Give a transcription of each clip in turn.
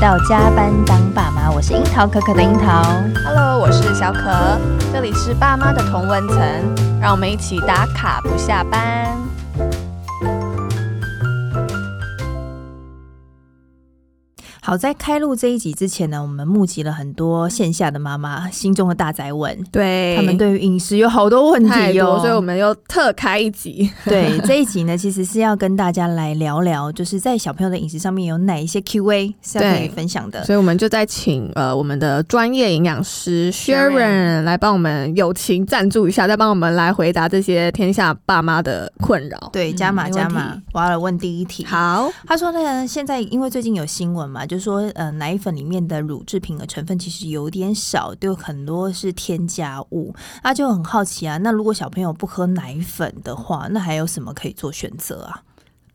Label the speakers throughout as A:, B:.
A: 到加班当爸妈，我是樱桃可可的樱桃。
B: Hello，我是小可，这里是爸妈的同文层，让我们一起打卡不下班。
A: 好，在开录这一集之前呢，我们募集了很多线下的妈妈心中的大宅问，
B: 对
A: 他们对于饮食有好多问
B: 太
A: 题哟、
B: 多，所以我们又特开一集。
A: 对 这一集呢，其实是要跟大家来聊聊，就是在小朋友的饮食上面有哪一些 Q&A 是要可以
B: 对
A: 分享的。
B: 所以我们就在请呃我们的专业营养师
A: Sharon
B: Sharon 来帮我们友情赞助一下，再帮我们来回答这些天下爸妈的困扰。哦
A: 对，加码
B: 没
A: 加
B: 问
A: 码
B: 题，
A: 我要来问第一题。
B: 好，
A: 他说呢，现在因为最近有新闻嘛，就说呃奶粉里面的乳制品的成分其实有点少，就很多是添加物。那就很好奇啊，那如果小朋友不喝奶粉的话，那还有什么可以做选择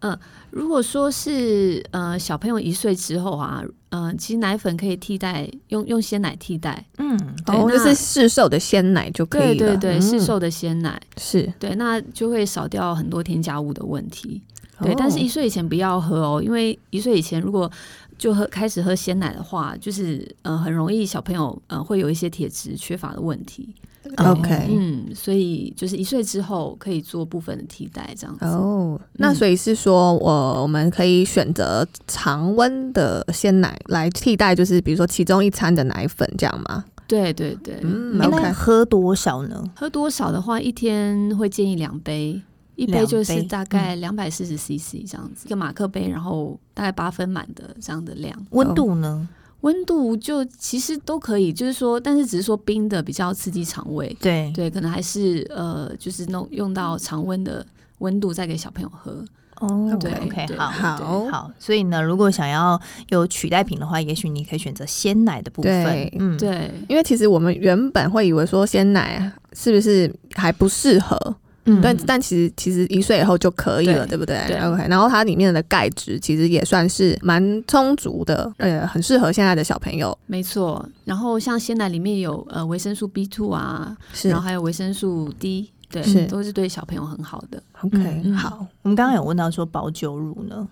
A: 啊？
C: 如果说是呃小朋友一岁之后啊，呃，其实奶粉可以替代用用鲜奶替代，
A: 嗯，
C: 对
B: 哦，就
C: 那
B: 是市售的鲜奶就可
C: 对
B: 以了。
C: 对对，市
B: 嗯
C: 售的鲜奶，
B: 是，
C: 对，那就会少掉很多添加物的问题。对，
B: 哦
C: 但是一岁以前不要喝哦，因为一岁以前如果就喝开始喝鲜奶的话，就是呃很容易小朋友呃会有一些铁质缺乏的问题。
B: OK
C: 嗯，所以就是一岁之后可以做部分的替代这样子。
B: 哦，那所以是说，我、我们可以选择常温的鲜奶来替代，就是比如说其中一餐的奶粉这样吗？
C: 对对对，
B: 嗯
A: 诶那
B: OK
A: 喝多少呢？
C: 喝多少的话，一天会建议两杯，一杯就是大概两百四十 CC 这样子，一个马克杯，然后大概八分满的这样的量。
A: 温度呢？
C: 温度就其实都可以，就是说，但是只是说冰的比较刺激肠胃，
A: 对，
C: 对，可能还是呃，就是弄用到常温的温度再给小朋友喝。
A: 哦
C: 对
A: ，OK，
C: 对
A: 好。
B: 好
A: 好，所以呢，如果想要有取代品的话，也许你可以选择鲜奶的部分
B: 对。
A: 嗯，
C: 对，
B: 因为其实我们原本会以为说鲜奶是不是还不适合，
A: 嗯
B: 但但其实其实一岁以后就可以了，对
C: 对
B: 不对
C: 对
B: o k 然后它里面的钙质其实也算是蛮充足的，呃，很适合现在的小朋友。
C: 没错。然后像鲜奶里面有呃维生素 B two 啊，
B: 是
C: 然后还有维生素 D，对，
B: 是
C: 都是对小朋友很好的。
B: OK，、
C: 嗯
B: 好，
A: 我们刚刚有问到说保酒乳呢，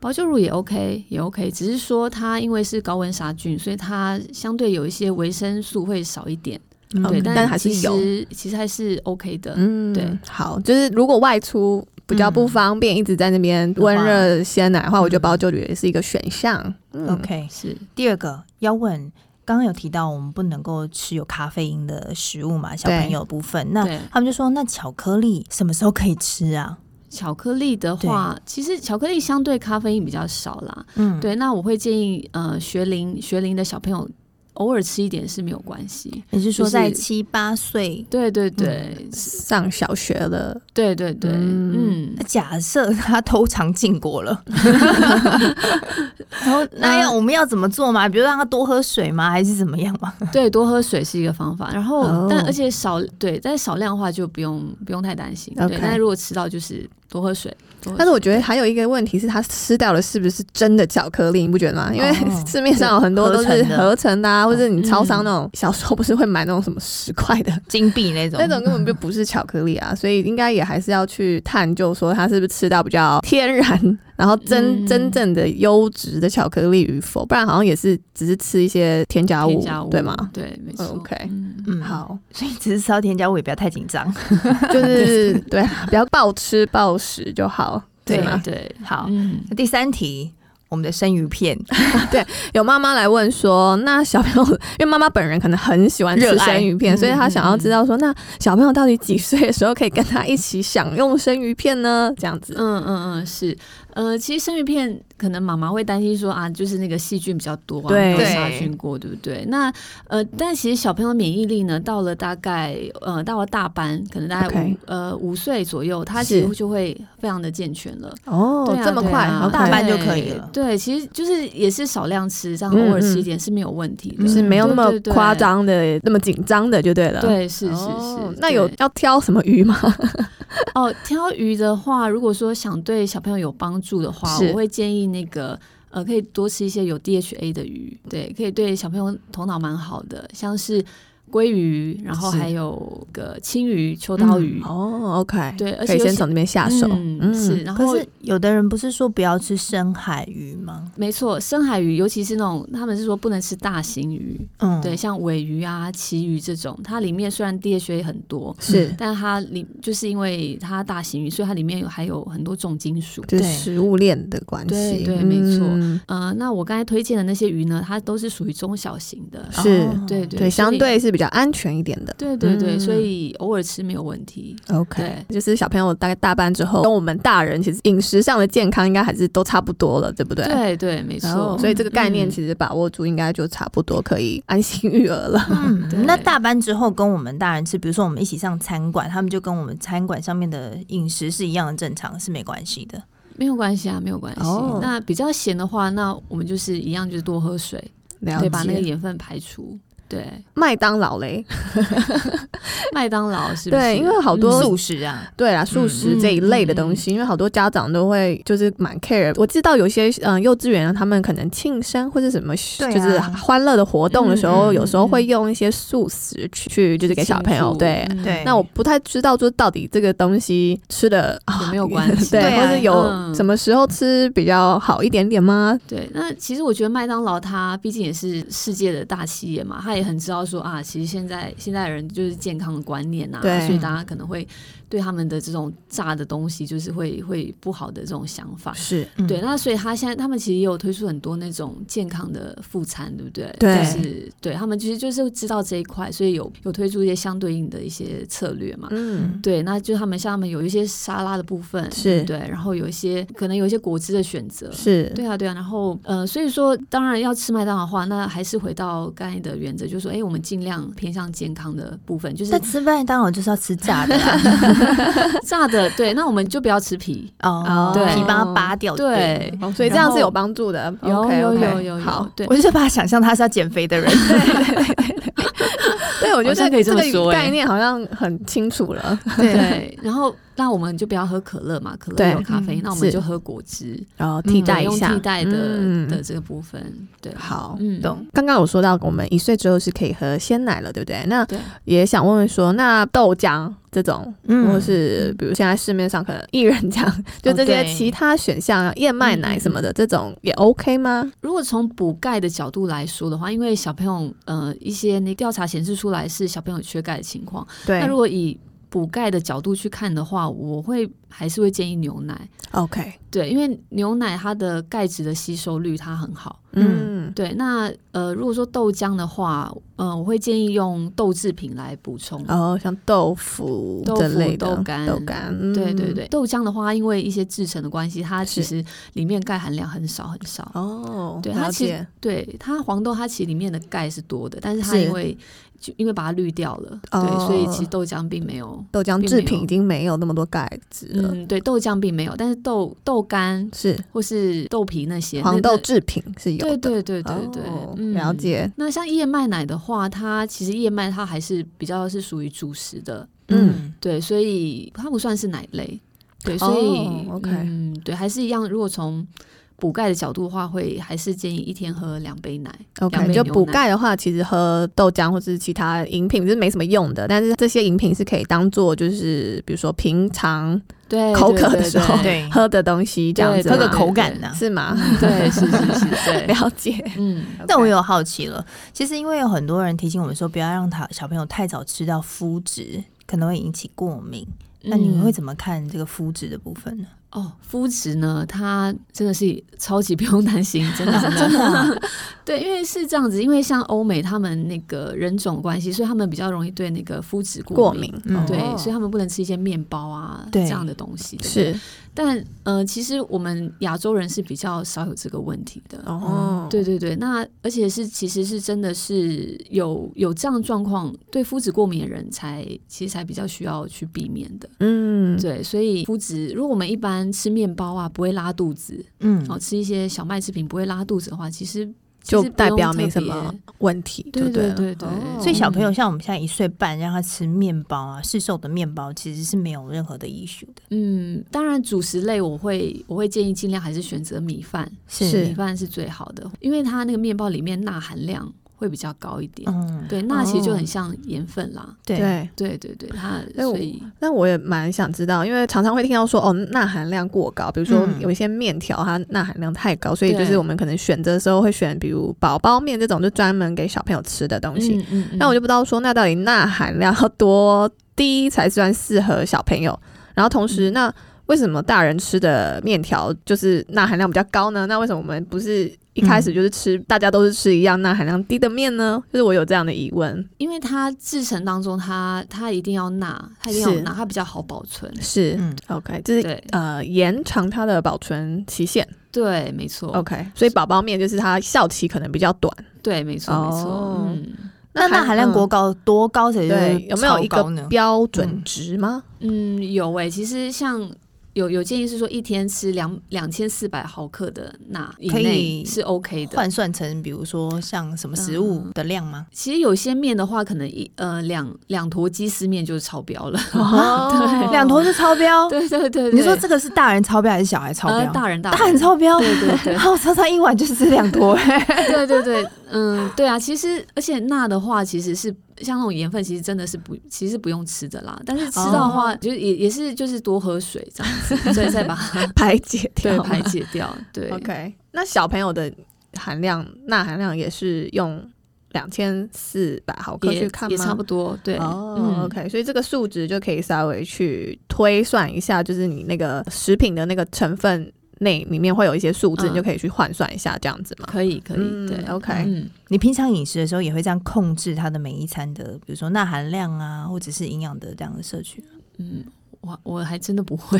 C: 保酒乳也 OK，也 OK，只是说它因为是高温杀菌，所以它相对有一些维生素会少一点，对，
B: 嗯但还是
C: 其
B: 有，
C: 实其实还是 OK 的。
B: 嗯，
C: 对，
B: 好，就是如果外出比较
A: 嗯
B: 不方便，一直在那边温热鲜奶的话，我觉得保酒乳也是一个选项。嗯
A: OK，
C: 是
A: 第二个要问，刚刚有提到我们不能够吃有咖啡因的食物嘛，小朋友部分，那
C: 对
A: 他们就说那巧克力什么时候可以吃啊？
C: 巧克力的话，其实巧克力相对咖啡因比较少啦。
A: 嗯，
C: 对，那我会建议呃学龄学龄的小朋友偶尔吃一点是没有关系。
A: 你是说
C: 就是
A: 在七八岁？
C: 对对对、
B: 上小学了，
C: 对对对，
B: 嗯
C: 嗯，
A: 那假设他偷尝禁果 了，
C: 然后
A: 那要我们要怎么做嘛？比如让他多喝水吗？还是怎么样嘛？
C: 对，多喝水是一个方法。然后，
B: 哦
C: 但而且少对，但是少量的话就不用不用太担心。
B: OK
C: 对，但是如果吃到就是多喝水。多喝
B: 但是我
C: 水
B: 觉得还有一个问题是，他吃掉的是不是真的巧克力？你不觉得吗？因为
A: 哦
B: 市面上有很多都
A: 合
B: 是
A: 成的嗯
B: 合成的啊，或者你超商那种，小时候不是会买那种什么十块的，
A: 金币那种
B: 那种根本就不是巧克力啊，所以应该也还是要去探究说它是不是吃到比较天然，然后真、
C: 嗯
B: 真正的优质的巧克力与否，不然好像也是只是吃一些添加物，
C: 添加物
B: 对吗？？哦
C: 对，没错。
B: OK
C: 嗯
A: 嗯，
B: 好，
A: 所以只是吃到添加物也不要太紧张。
B: 就是对，啊不要暴吃暴食就好，
A: 对
B: 对
C: 对
B: 吗？
C: 对，
A: 好，
C: 嗯，
A: 那第三题，我们的生鱼片，
B: 有妈妈来问说，那小朋友， 因为妈妈本人可能很喜欢吃
A: 热爱
B: 生鱼片，所以她
C: 嗯
B: 想要知道说，那小朋友到底几岁的时候可以跟他一起享用生鱼片呢？这样子，
C: 嗯嗯嗯，是，呃，其实生鱼片可能妈妈会担心说啊，就是那个细菌比较多啊，
B: 对
C: 没有杀菌过，对不对？那呃，但其实小朋友免疫力呢，到了大概呃，到了大班，可能大概五
B: OK
C: 呃五岁左右，他
B: 是
C: 其实就会非常的健全了。
B: 哦
C: 对啊
B: 这么
C: 对
B: 快，
C: 啊
B: OK
A: 大半就可以了
C: 对，其实就是也是少量吃，这样
B: 嗯
C: 偶尔吃一点是没有问题的，
B: 就是没有那么
C: 嗯对对对
B: 夸张的、那么紧张的就对了。
C: 对，是是
B: 哦
C: 是。
B: 那有
C: 对
B: 要挑什么鱼吗？
C: 哦，挑鱼的话，如果说想对小朋友有帮助的话，
B: 是
C: 我会建议那个呃，可以多吃一些有 DHA 的鱼，对，可以对小朋友头脑蛮好的，像是鲑鱼，然后还有个青鱼、秋刀鱼。
B: 哦，OK，
C: 对，而
B: 可
C: 且
B: 以
C: 有
B: 先
C: 些
B: 从那边下手。
C: 嗯，是，然后
A: 可是有的人不是说不要吃深海鱼吗？
C: 没错，深海鱼，尤其是那种他们是说不能吃大型鱼，
A: 嗯，
C: 对，，像尾鱼啊、旗鱼这种，它里面虽然 DHA 很多，
B: 是，
C: 但它里就是因为它大型鱼，所以它里面有还有很多重金属。
B: 就是
A: 对
B: 食物链的关系。
C: 对对没错
B: 嗯
C: 呃，那我刚才推荐的那些鱼呢，它都是属于中小型的，
B: 是
A: 哦
C: 对对
B: 对，
C: 所
B: 相
C: 以
B: 对是比较安全一点的。
C: 对对对，
B: 嗯
C: 所以偶尔吃没有问题。
B: OK，
C: 对
B: 就是小朋友大概大班之后，跟我们大人其实饮食上的健康应该还是都差不多了，对不对？
C: 对对，没
B: 然后
C: 错。
B: 所以这个概念
C: 嗯
B: 其实把握住，应该就差不多可以安心育儿了。
C: 对
A: 嗯，那大班之后跟我们大人吃，比如说我们一起上餐馆，他们就跟我们餐馆上面的饮食是一样的正常，是没关系的。
C: 没有关系啊，没有关系。
B: 哦
C: 那比较咸的话，那我们就是一样，就是多喝水，
B: 了
C: 对，把那个
B: 解。
C: 盐分排除。 对，
B: 麦当劳嘞，
C: 麦当劳是不是？
B: 对，因为好
C: 嗯
B: 多
A: 素食啊，
B: 对啦，素食这一类的东西，因为好多家长都会就是蛮 care。我知道有些嗯、呃幼稚园他们可能庆生或者什么、
A: 对啊
B: 就是欢乐的活动的时候，
C: 嗯嗯嗯
B: 有时候会用一些素食去去就是给小朋友
C: 庆祝
B: 对。
C: 嗯
A: 对
B: 那我不太知道，就是到底这个东西吃的啊
C: 有没有 关系
B: 对，
A: 对啊
B: 或是有
C: 嗯
B: 什么时候吃比较好一点点吗？
C: 对，那其实我觉得麦当劳它毕竟也是世界的大企业嘛，它也很知道说啊，其实现在现在人就是健康的观念啊，
B: 对
C: 所以大家可能会对他们的这种炸的东西，就是会会不好的这种想法。
B: 是
A: 嗯
C: 对，那所以他现在他们其实也有推出很多那种健康的副餐，对不对？
B: 对
C: 就是对他们其实就是知道这一块，所以有有推出一些相对应的一些策略嘛。
B: 嗯，
C: 对，那就他们像他们有一些沙拉的部分，
B: 是
C: 对，然后有一些可能有一些果汁的选择，
B: 是
C: 对啊，对啊，然后呃，所以说当然要吃麦当劳的话，那还是回到刚才的原则，就是说，哎，我们尽量偏向健康的部分，就是
A: 但吃麦当劳就是要吃炸的啊、
C: 炸的，对，那我们就不要吃皮，
A: 哦，
C: 对
A: 皮帮它扒掉。
C: 对，
B: 哦所以这
C: 然
B: 样
C: 后
B: 是有帮助的。
C: 有
B: OK，
C: 有
B: OK，
C: 有有
B: 好
C: 有，，对
A: 我就是把他想象他是要减肥 的人，
B: 对我觉得
C: 好像可以
B: 这
C: 这
B: 个
C: 么
B: 这
C: 说
B: 个
C: 欸
B: 概念好像很清楚了。
C: 对，然后那我们就不要喝可乐嘛，可乐
B: 对
C: 有咖啡因，
B: 嗯
C: 那我们
B: 是
C: 就喝果汁，
B: 然后替
A: 嗯
B: 代
C: 对
B: 一
C: 用
B: 下，
C: 替代的
B: 嗯
C: 的这个部分，对，
B: 好，
C: 嗯，
A: 懂？
B: 刚刚有说到我们一岁之后是可以喝鲜奶了，对不对？那
C: 对
B: 也想问问说，那豆浆这种，
A: 嗯
B: 或是比如现在市面上可能薏仁浆， 就这
C: 哦
B: 些
A: 对
B: 其他选项，啊燕麦奶什么
C: 嗯
B: 的，这种也 OK 吗？
C: 如果从补钙的角度来说的话，因为小朋友呃一些那调查显示出来是小朋友缺钙的情况。
B: 对
C: 那如果以补钙的角度去看的话，我会还是会建议牛奶，
B: ，OK，
C: 对，因为牛奶它的钙质的吸收率它很好。
B: 嗯，
C: 对，那呃，如果说豆浆的话，呃，我会建议用豆制品来补充。
B: 然后哦像豆腐
C: 豆腐
B: 这类的
C: 豆干
B: 豆干，嗯
C: 对对，对，豆浆的话，因为一些制成的关系，它其
B: 是
C: 实里面钙含量很少很少。
B: 哦，
C: 对
B: 了
C: 它其实
B: 解，
C: 对它黄豆，它其实里面的钙是多的，但是它
B: 是
C: 因为就因为把它滤掉了，
B: 哦
C: 对，所以其实豆浆并没有，
B: 豆浆
C: 并
B: 制
C: 没有
B: 品已经没有那么多钙质了，
C: 嗯，对，豆浆并没有，但是豆豆干
B: 是
C: 或是豆皮那些
B: 黄豆
C: 那
B: 制品是有
C: 嗯对
B: 的，
C: 对对对对，
B: 哦
C: 嗯
B: 了解。
C: 那像燕麦奶的话，它其实燕麦它还是比较是属于主食的，
B: 嗯
A: 嗯，
C: 对，所以它不算是奶类，对，所以、
B: 哦，OK
C: 嗯，对，还是一样。如果从补钙的角度的话，会还是建议一天喝两杯奶。两
B: OK，
C: 杯
B: 就
C: 牛
B: 补
C: 奶
B: 钙的话，其实喝豆浆或是其他饮品是没什么用的，但是这些饮品是可以当做就是比如说平常
C: 对，
B: 口
C: 对
B: 渴的时候
A: 对
B: 喝的东西这样子
C: 对
B: 嘛，
A: 喝
C: 对
A: 个口感啊呢、
B: 是吗？
C: 对，是是是，对，
B: 了解。
C: 嗯，
A: 但我有好奇了，其实因为有很多人提醒我们说，不要让他小朋友太早吃到麸质，可能会引起过敏。那你们会怎么看这个肤质的部分呢？
C: 嗯哦，肤质呢？它真的是超级不用担心，真的真的。
A: 真的啊、
C: 对，因为是这样子，因为像欧美他们那个人种关系，所以他们比较容易对那个肤质
B: 过
C: 敏
B: 敏。，
A: 嗯
C: 对，
B: 哦
C: 所以他们不能吃一些面包啊
A: 对
C: 这样的东西。对不对，
B: 是
C: 但呃，其实我们亚洲人是比较少有这个问题的。
B: 哦，
C: 对对对，那而且是其实是真的是有有这样的状况，对肤质过敏的人才其实才比较需要去避免的。
B: 嗯，
C: 对，所以肤质，如果我们一般吃面包啊不会拉肚子，
A: 嗯
C: 哦，吃一些小麦制品不会拉肚子的话，其实其
B: 就
C: 实不
B: 代
C: 用
B: 表
C: 特
B: 没什
C: 别
B: 么问题，
C: 对
B: 就对
C: 对对
B: 了
C: 对
B: 哦
A: 所以小朋友像我们现在一岁半，让他吃面包啊，市售的面包其实是没有任何的 issue 的。
C: 嗯，当然主食类我会我会建议尽量还是选择米饭，
B: 是
C: 米饭是最好的，因为它那个面包里面钠含量会比较高一点。
A: 嗯，
C: 对，钠其实就很像盐分啦。
A: 对，
C: 对对对，它
B: 哎我
C: 所以
B: 那我也蛮想知道，因为常常会听到说哦，钠含量过高，比如说
A: 嗯
B: 有一些面条它钠含量太高，所以就
C: 对
B: 是我们可能选择的时候会选，比如宝宝面这种就专门给小朋友吃的东西。
C: 嗯嗯嗯
B: 那我就不知道说，那到底钠含量要多低才算适合小朋友？然后同
C: 嗯
B: 时，那为什么大人吃的面条就是钠含量比较高呢？那为什么我们不是一开
C: 嗯
B: 始就是吃、大家都是吃一样钠含量低的面呢？就是我有这样的疑问。
C: 因为它制成当中它，它一定要钠，它一定要有
B: 是
C: 钠，它比较好保存。
B: 是、
A: 嗯
B: o k 就是
C: 对
B: 呃延长它的保存期限。
C: 对，没错
B: OK，所以宝宝面就是它效期可能比较短。
C: 对，没错，没错
B: 哦。
C: 嗯
A: 那钠含量
B: 嗯
A: 多高？多高才
B: 对有没有一个
A: 呢？
B: 标准
A: 嗯
B: 值吗？
C: 嗯，有诶、其实像。有有建议是说一天吃两两千四百毫克的钠以
A: 可以
C: 内是 OK 的，
A: 换算成比如说像什么食物的量吗？
C: 其实有些面的话，可能一呃两两坨鸡丝面就是超标了。
B: 哦
A: 两坨就超标。
C: 对对对对，
A: 你说这个是大人超标还是小孩超
C: 呃
A: 标？
C: 大人大
A: 大人超标。
C: 对对对
A: 然后常常一碗就是吃两坨，
C: 对对对，嗯，对啊，其实而且钠的话，其实是像那种盐分，其实真的是不，其实不用吃的啦。但是吃到的话，就是也也是就是多喝水这样子，所以再把它
B: 排解掉
C: 嗯对
B: 吗，
C: 排解掉。对
B: OK，那小朋友的含量钠含量也是用两千四百毫克
C: 也
B: 去看吗？
C: 也差不多。对，
B: 哦、
C: 嗯
B: o k 所以这个数值就可以稍微去推算一下，就是你那个食品的那个成分内里面会有一些数字，
C: 嗯
B: 你就可以去换算一下这样子嘛。
C: 可以可以，
B: 嗯
C: 对
B: ，OK
C: 嗯，
A: 你平常饮食的时候也会这样控制它的每一餐的，比如说钠含量啊，或者是营养的这样的摄取。
C: 嗯，我我还真的不会。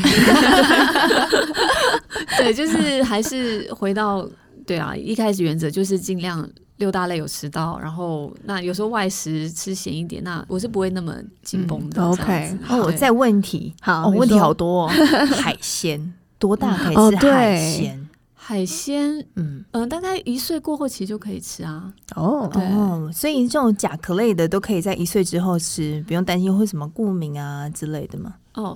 C: 对，就是还是回到对啊，一开始原则就是尽量六大类有吃到，然后那有时候外食吃咸一点，那我是不会那么紧绷的。
B: 嗯
C: 这样子
A: 哦，我
C: 对
A: 再问题，
B: 好，
A: 哦，
B: 你
A: 问题
B: 说
A: 好多哦，海鲜多大可以
B: 哦
A: 吃
B: 对
A: 海鲜？
C: 海鲜，
A: 嗯，
C: 嗯、大概一岁过后其实就可以吃啊。
B: 哦。
C: 对
A: 哦，所以这种甲壳类的都可以在一岁之后吃，不用担心会什么过敏啊之类的嘛。
C: 哦，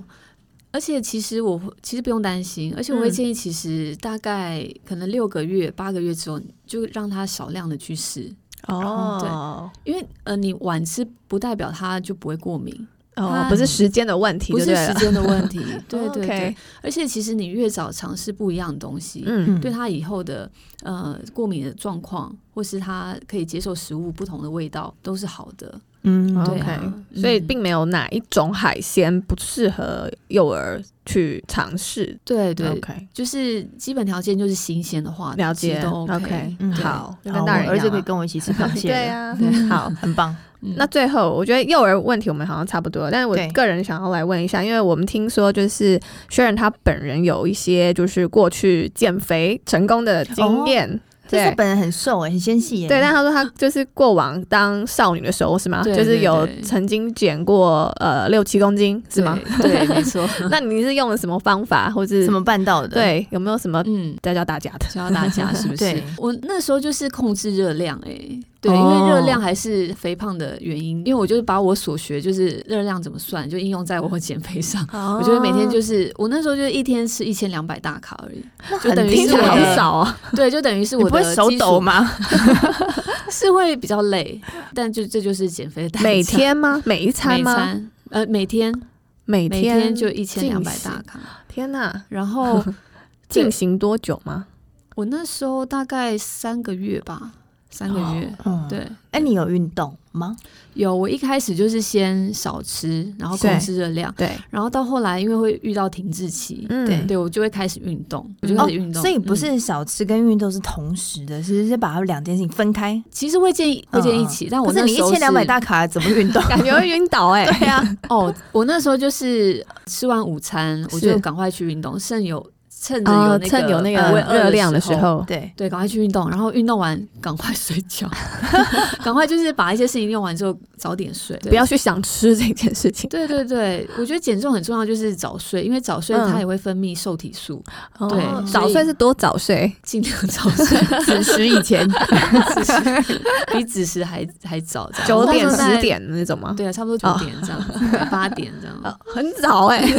C: 而且其实我会其实不用担心，而且我会
B: 嗯
C: 建议，其实大概可能六个月、八个月之后，就让它少量的去吃。
B: 哦，
C: 因为呃，你晚吃不代表它就不会过敏，
B: 哦
C: 它，
B: 不是时间的问题，
C: 不
B: 就是对
C: 时
B: 了
C: 间的问 题。对对
B: OK
C: 对，而且其实你越早尝试不一样的东西，
B: 嗯，
C: 对它以后的呃过敏的状况，或是它可以接受食物不同的味道，都是好的。
A: 嗯，
C: 对
B: 哦 OK，、
C: 啊
B: 所以
C: 嗯
B: 并没有哪一种海鲜不适合幼儿去尝试。
C: 对对
B: OK，
C: 就是基本条件就是新鲜的话，
B: 了
C: 其
B: 解
C: 实都 OK。
B: OK，
A: 嗯
B: 好，
A: 然
B: 跟
A: 后我
B: 大人一
A: 儿子
B: 样
A: 可以
B: 啊
A: 跟我一起吃螃蟹，
B: 对，呀、
C: 对
B: 好。
A: 很棒。
C: 嗯
B: 那最后，我觉得幼儿问题我们好像差不多，但是我
A: 对
B: 个人想要来问一下，因为我们听说就是薛仁他本人有一些就是过去减肥成功的经验，
A: 其实
B: 对
A: 他本人很瘦哎，很纤细耶。
B: 对，但他说他就是过往当少女的时候是吗？
C: 对
B: 就是有
C: 对对
B: 曾经减过呃六七公斤是吗？？
C: 对，对没错。
B: 那你是用了什么方法，或是
A: 怎么办到的？，
B: 对有没有什么
C: 嗯，
B: 在教大家 的？
C: 教大家是不是
A: 对？
C: 我那时候就是控制热量、欸，对，
B: 哦
C: 因为热量还是肥胖的原因，因为我就是把我所学就是热量怎么算，就应用在我减肥上。
A: 哦
C: 我觉得每天就是我那时候就是一天吃一千两百大卡而已，就等于
B: 哦听
C: 是
B: 起来
C: 我
B: 好
C: 的
B: 少 啊！
C: 对，就等于是
A: 你
C: 我
A: 不
C: 的
A: 会手
C: 基础
A: 抖吗？
C: 是会比较累，但就这就是减肥的代价
B: 每天吗？每一餐
C: 每
B: 吗？
C: 餐呃每天
B: 每
C: 每
B: 天
C: 天就一千两百
B: 进
C: 大
B: 食。
C: 卡，
B: 天哪！
C: 然后
B: 进行多久吗？
C: 我那时候大概三个月吧，三个月。
A: 嗯，。
C: 对，
A: 哎，你有运动吗？
C: 有我一开始就是先少吃，然后控制热
A: 嗯
C: 量，
B: 对，
C: 然后到后来因为会遇到停滞期，
B: 嗯
A: 对
C: 对我就会开始运动，我就开始运动。
A: 哦所以不
C: 嗯
A: 是少吃跟运动是同时的，其实是把它两件事情分开。
C: 其实会建议会建议一起，但我
A: 可嗯是
C: 那
A: 你一
C: 时候
A: 千两百大卡怎么运动？
B: 感觉会晕倒哎、
A: 对呀，
C: 哦，我那时候就是吃完午餐，我
B: 是
C: 就赶快去运动，趁有趁着有那
B: 啊，
C: 个、
B: 趁有那
C: 呃
B: 个
C: 胃饿
B: 热量的时
C: 时候。
B: 候，
A: 对，
C: 对，赶快去运动，然后运动完赶快睡觉， 赶快就是把一些事情用完之后早点睡，对
B: 不要去想吃这件事情。
C: 对对对，我觉得减重很重要，就是早睡，因为早睡
B: 嗯
C: 它也会分泌瘦体素，对
B: 哦
C: 所以
B: 早睡是多早睡
C: 尽量早 睡，
A: 子时以前，
C: 子时比子时还还早，这样
B: 九点
C: 哦我那时候
B: 十
C: 在
B: 点那种吗？
C: 对啊，差不多
B: 哦
C: 九点这样 子，八、点这样
B: 呃，很早哎、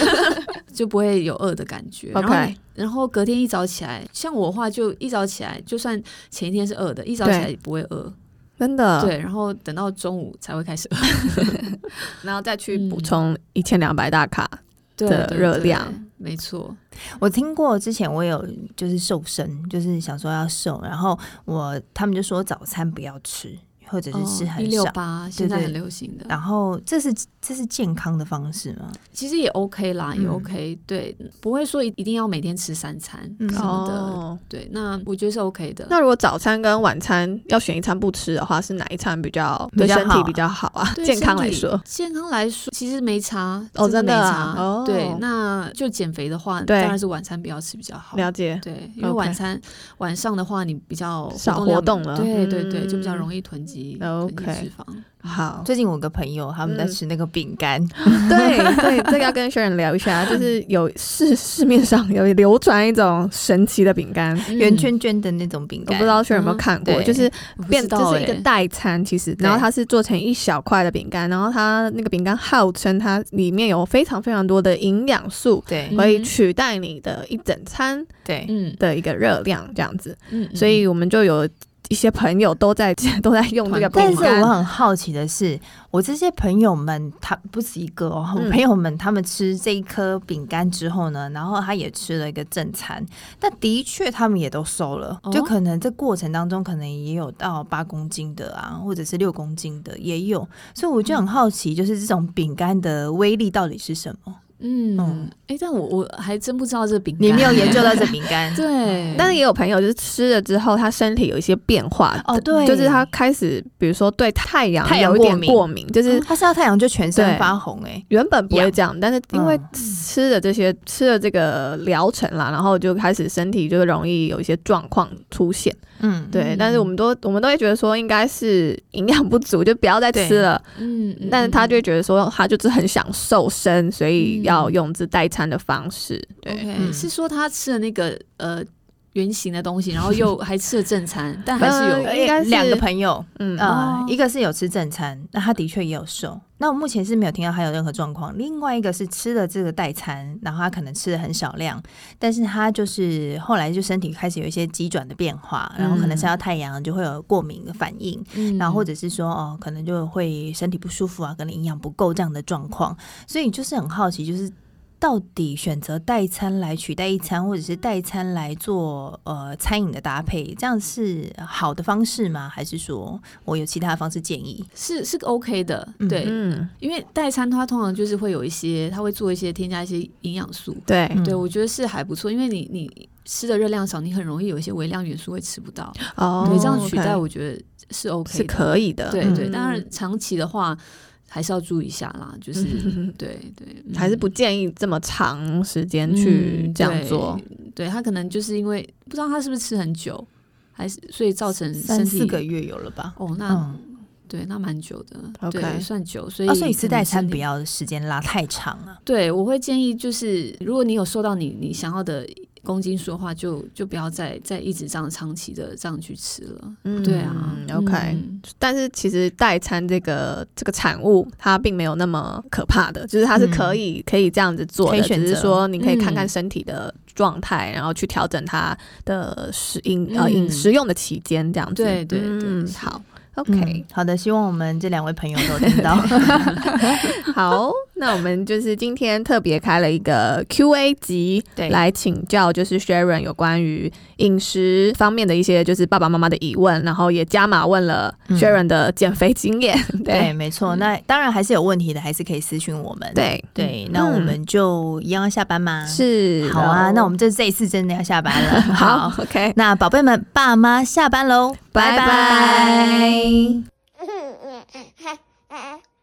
C: 就不会有饿的感觉。然后
B: OK，
C: 然后隔天一早起来，像我的话，就一早起来，就算前一天是饿的，一早起来也不会饿。
B: 真的，，
C: 对，然后等到中午才会 开始
B: 然后再去
C: 嗯
B: 补充一千两百大卡，的
C: 对
B: 热
C: 对
B: 量
C: 没错，
A: 我听过之前我有就是瘦身，就是想说要瘦，然后我他们就说早餐不要吃，或者是吃
C: 哦一
A: 很少。
C: 六八现在
A: 对
C: 很流行
B: 啊
C: 的，
A: 然后这是这是健康的方式吗？
C: 其实也 OK 啦，也
A: 嗯
C: OK，、对，不会说一一定要每天吃三餐
A: 嗯
C: 什么的，
B: 哦。
C: 对，那我觉得是 OK 的。
B: 那如果早餐跟晚餐要选一餐不吃的话，是哪一餐比较
A: 比
B: 对
A: 较
B: 身体
A: 好
B: 比较好啊？
C: 对
B: 健康
C: 身
B: 来
C: 体
B: 说，
C: 健康来说其实没差
B: 哦真
C: 没
B: 的
C: 差。
B: 啊哦
C: 对，那就减肥的话，
B: 对
C: 当然是晚餐不要吃比较好。
B: 了解
C: 对，因为
B: OK
C: 晚餐晚上的话，你比较
B: 少
C: 量
B: 活动了
C: 对对对，
B: 嗯
C: 就比较容易囤积囤
B: OK
C: 积脂肪。
B: 好。
C: 哦
A: 最近我有个朋友他们在
B: 嗯
A: 吃那个饼干，
B: 对对，这个要跟学员聊一 下，就是有市市面上有流传一种神奇的饼干，
C: 嗯
A: 圆圈圈的那种饼
B: 我
A: 干，
B: 不知道学员有没有看过，
A: 嗯
B: 就是
C: 我不
B: 变
C: 知道
B: 就是一个
C: 欸
B: 代餐，其实，然后
A: 对
B: 它是做成一小块的饼干，然后它那个饼干号称它里面有非常非常多的营养素，
A: 对
C: 嗯
B: 可以取代你的一整餐
A: 对，
C: 嗯
B: 的一个热量这样子，
C: 嗯，嗯
B: 所以我们就有一些朋友都在都在用这个
A: 但
B: 饼
A: 是我
B: 干。
A: 很好奇的是，我这些朋友们，他不止一个哦，
B: 嗯
A: 我朋友们他们吃这一颗饼干之后呢，然后他也吃了一个正餐，但的确他们也都瘦了，
C: 哦
A: 就可能这过程当中可能也有到八公斤的啊，或者是六公斤的也有，所以我就很好奇，就是这种饼干的威力到底是什么？嗯
C: 嗯，哎，但我我还真不知道这
B: 嗯
C: 饼干，
A: 你没有研究到这饼 干？
C: 对，
B: 但是也有朋友就是吃了之后，他身体有一些变化，
A: 哦，对，
B: 就是他开始比如说对太阳
A: 太阳
B: 有一点
A: 过敏
B: 过敏，就是
A: 他晒到太阳就全身
B: 对
A: 发红、欸，
B: 原本不会这样，但是因为
A: 嗯
B: 吃了这些、吃了这个疗程啦，然后就开始身体就容易有一些状况出现。
A: 嗯，
B: 对，
C: 嗯
B: 但是我们都我们都会觉得说应该是营养不足，就不要再吃了。
C: 嗯，嗯
B: 但是他就
C: 嗯
B: 会觉得说他就是很想瘦身，所以
C: 嗯
B: 要用这代餐的方式。对，
C: OK，、
A: 嗯
C: 是说他吃了那个呃圆形的东西，然后又还吃了正餐，但还是有
B: 呃应该是
A: 两个朋友，
B: 嗯，
A: 呃
C: 哦，
A: 一个是有吃正餐，那他的确也有瘦。那我目前是没有听到他有任何状况。另外一个是吃了这个代餐，然后他可能吃的很少量，但是他就是后来就身体开始有一些急转的变化，然后可能晒到太阳就会有过敏的反应，
C: 嗯
A: 然后或者是说哦，可能就会身体不舒服啊，可能营养不够这样的状况。所以就是很好奇，就是。到底选择代餐来取代一餐，或者是代餐来做呃餐饮的搭配，这样是好的方式吗？还是说我有其他的方式建议？
C: 是是 OK 的，
A: 嗯
C: 对，
B: 嗯，
C: 因为代餐它通常就是会有一些，它会做一些添加一些营养素，
B: 对，
A: 嗯
C: 对我觉得是还不错，因为你你吃的热量少，你很容易有一些微量元素会吃不到，
B: 哦，
C: 对，这样取
B: OK
C: 代我觉得是 OK
B: 是
C: 的，
B: 可以的。
C: 对
A: 嗯
C: 对，当然长期的话还是要注意一下啦，就是
B: 嗯
C: 对对，嗯
B: 还是不建议这么长时间去
C: 嗯
B: 这样做。
C: 对他可能就是因为不知道他是不是吃很久，还是所以造成嗯身
A: 三
C: 体
A: 四个月有了吧？
C: 哦，那、
A: 嗯，
C: 对，那蛮久的
B: OK
C: 对，算久，所以、
A: 啊，所以吃代餐不
C: 比较
A: 要时间拉太长啊。
C: 对，我会建议就是，如果你有瘦到你你想要的公斤数的话，就就不要再再一直这样长期的这样去吃了。
B: 嗯
C: 对啊、
B: ，OK。
C: 嗯
B: 但是其实代餐这个这个产物，它并没有那么可怕的，就是它是可以、可以这样子做
A: 可以
B: 的，
A: 选
B: 只是
A: 择
B: 说你可以看
C: 嗯
B: 看身体的状态，然后去调整它的食饮呃
C: 嗯
B: 饮食用的期间这样子。
C: 对对对
B: 嗯
C: 是
B: 好，OK，、
A: 嗯好的，希望我们这两位朋友都听 到。
B: 好，那我们就是今天特别开了一个 Q&A 集，
A: 对
B: 来请教就是 Sharon 有关于饮食方面的一些就是爸爸妈妈的疑问，然后也加码问了
A: 嗯
B: Sharon 的减肥 经验，
A: 对，
B: 对
A: 哎没错。
C: 嗯
A: 那当然还是有问题的，还是可以私讯我们。
B: 对
C: 嗯
A: 对，那我们就一样要下班吗？。
B: 是哦
A: 好啊，那我们这这一次真的要下班了。
B: 好，，OK，
A: 那宝贝们，爸妈下班喽，
B: 拜拜
A: 拜拜
D: Mm-mm.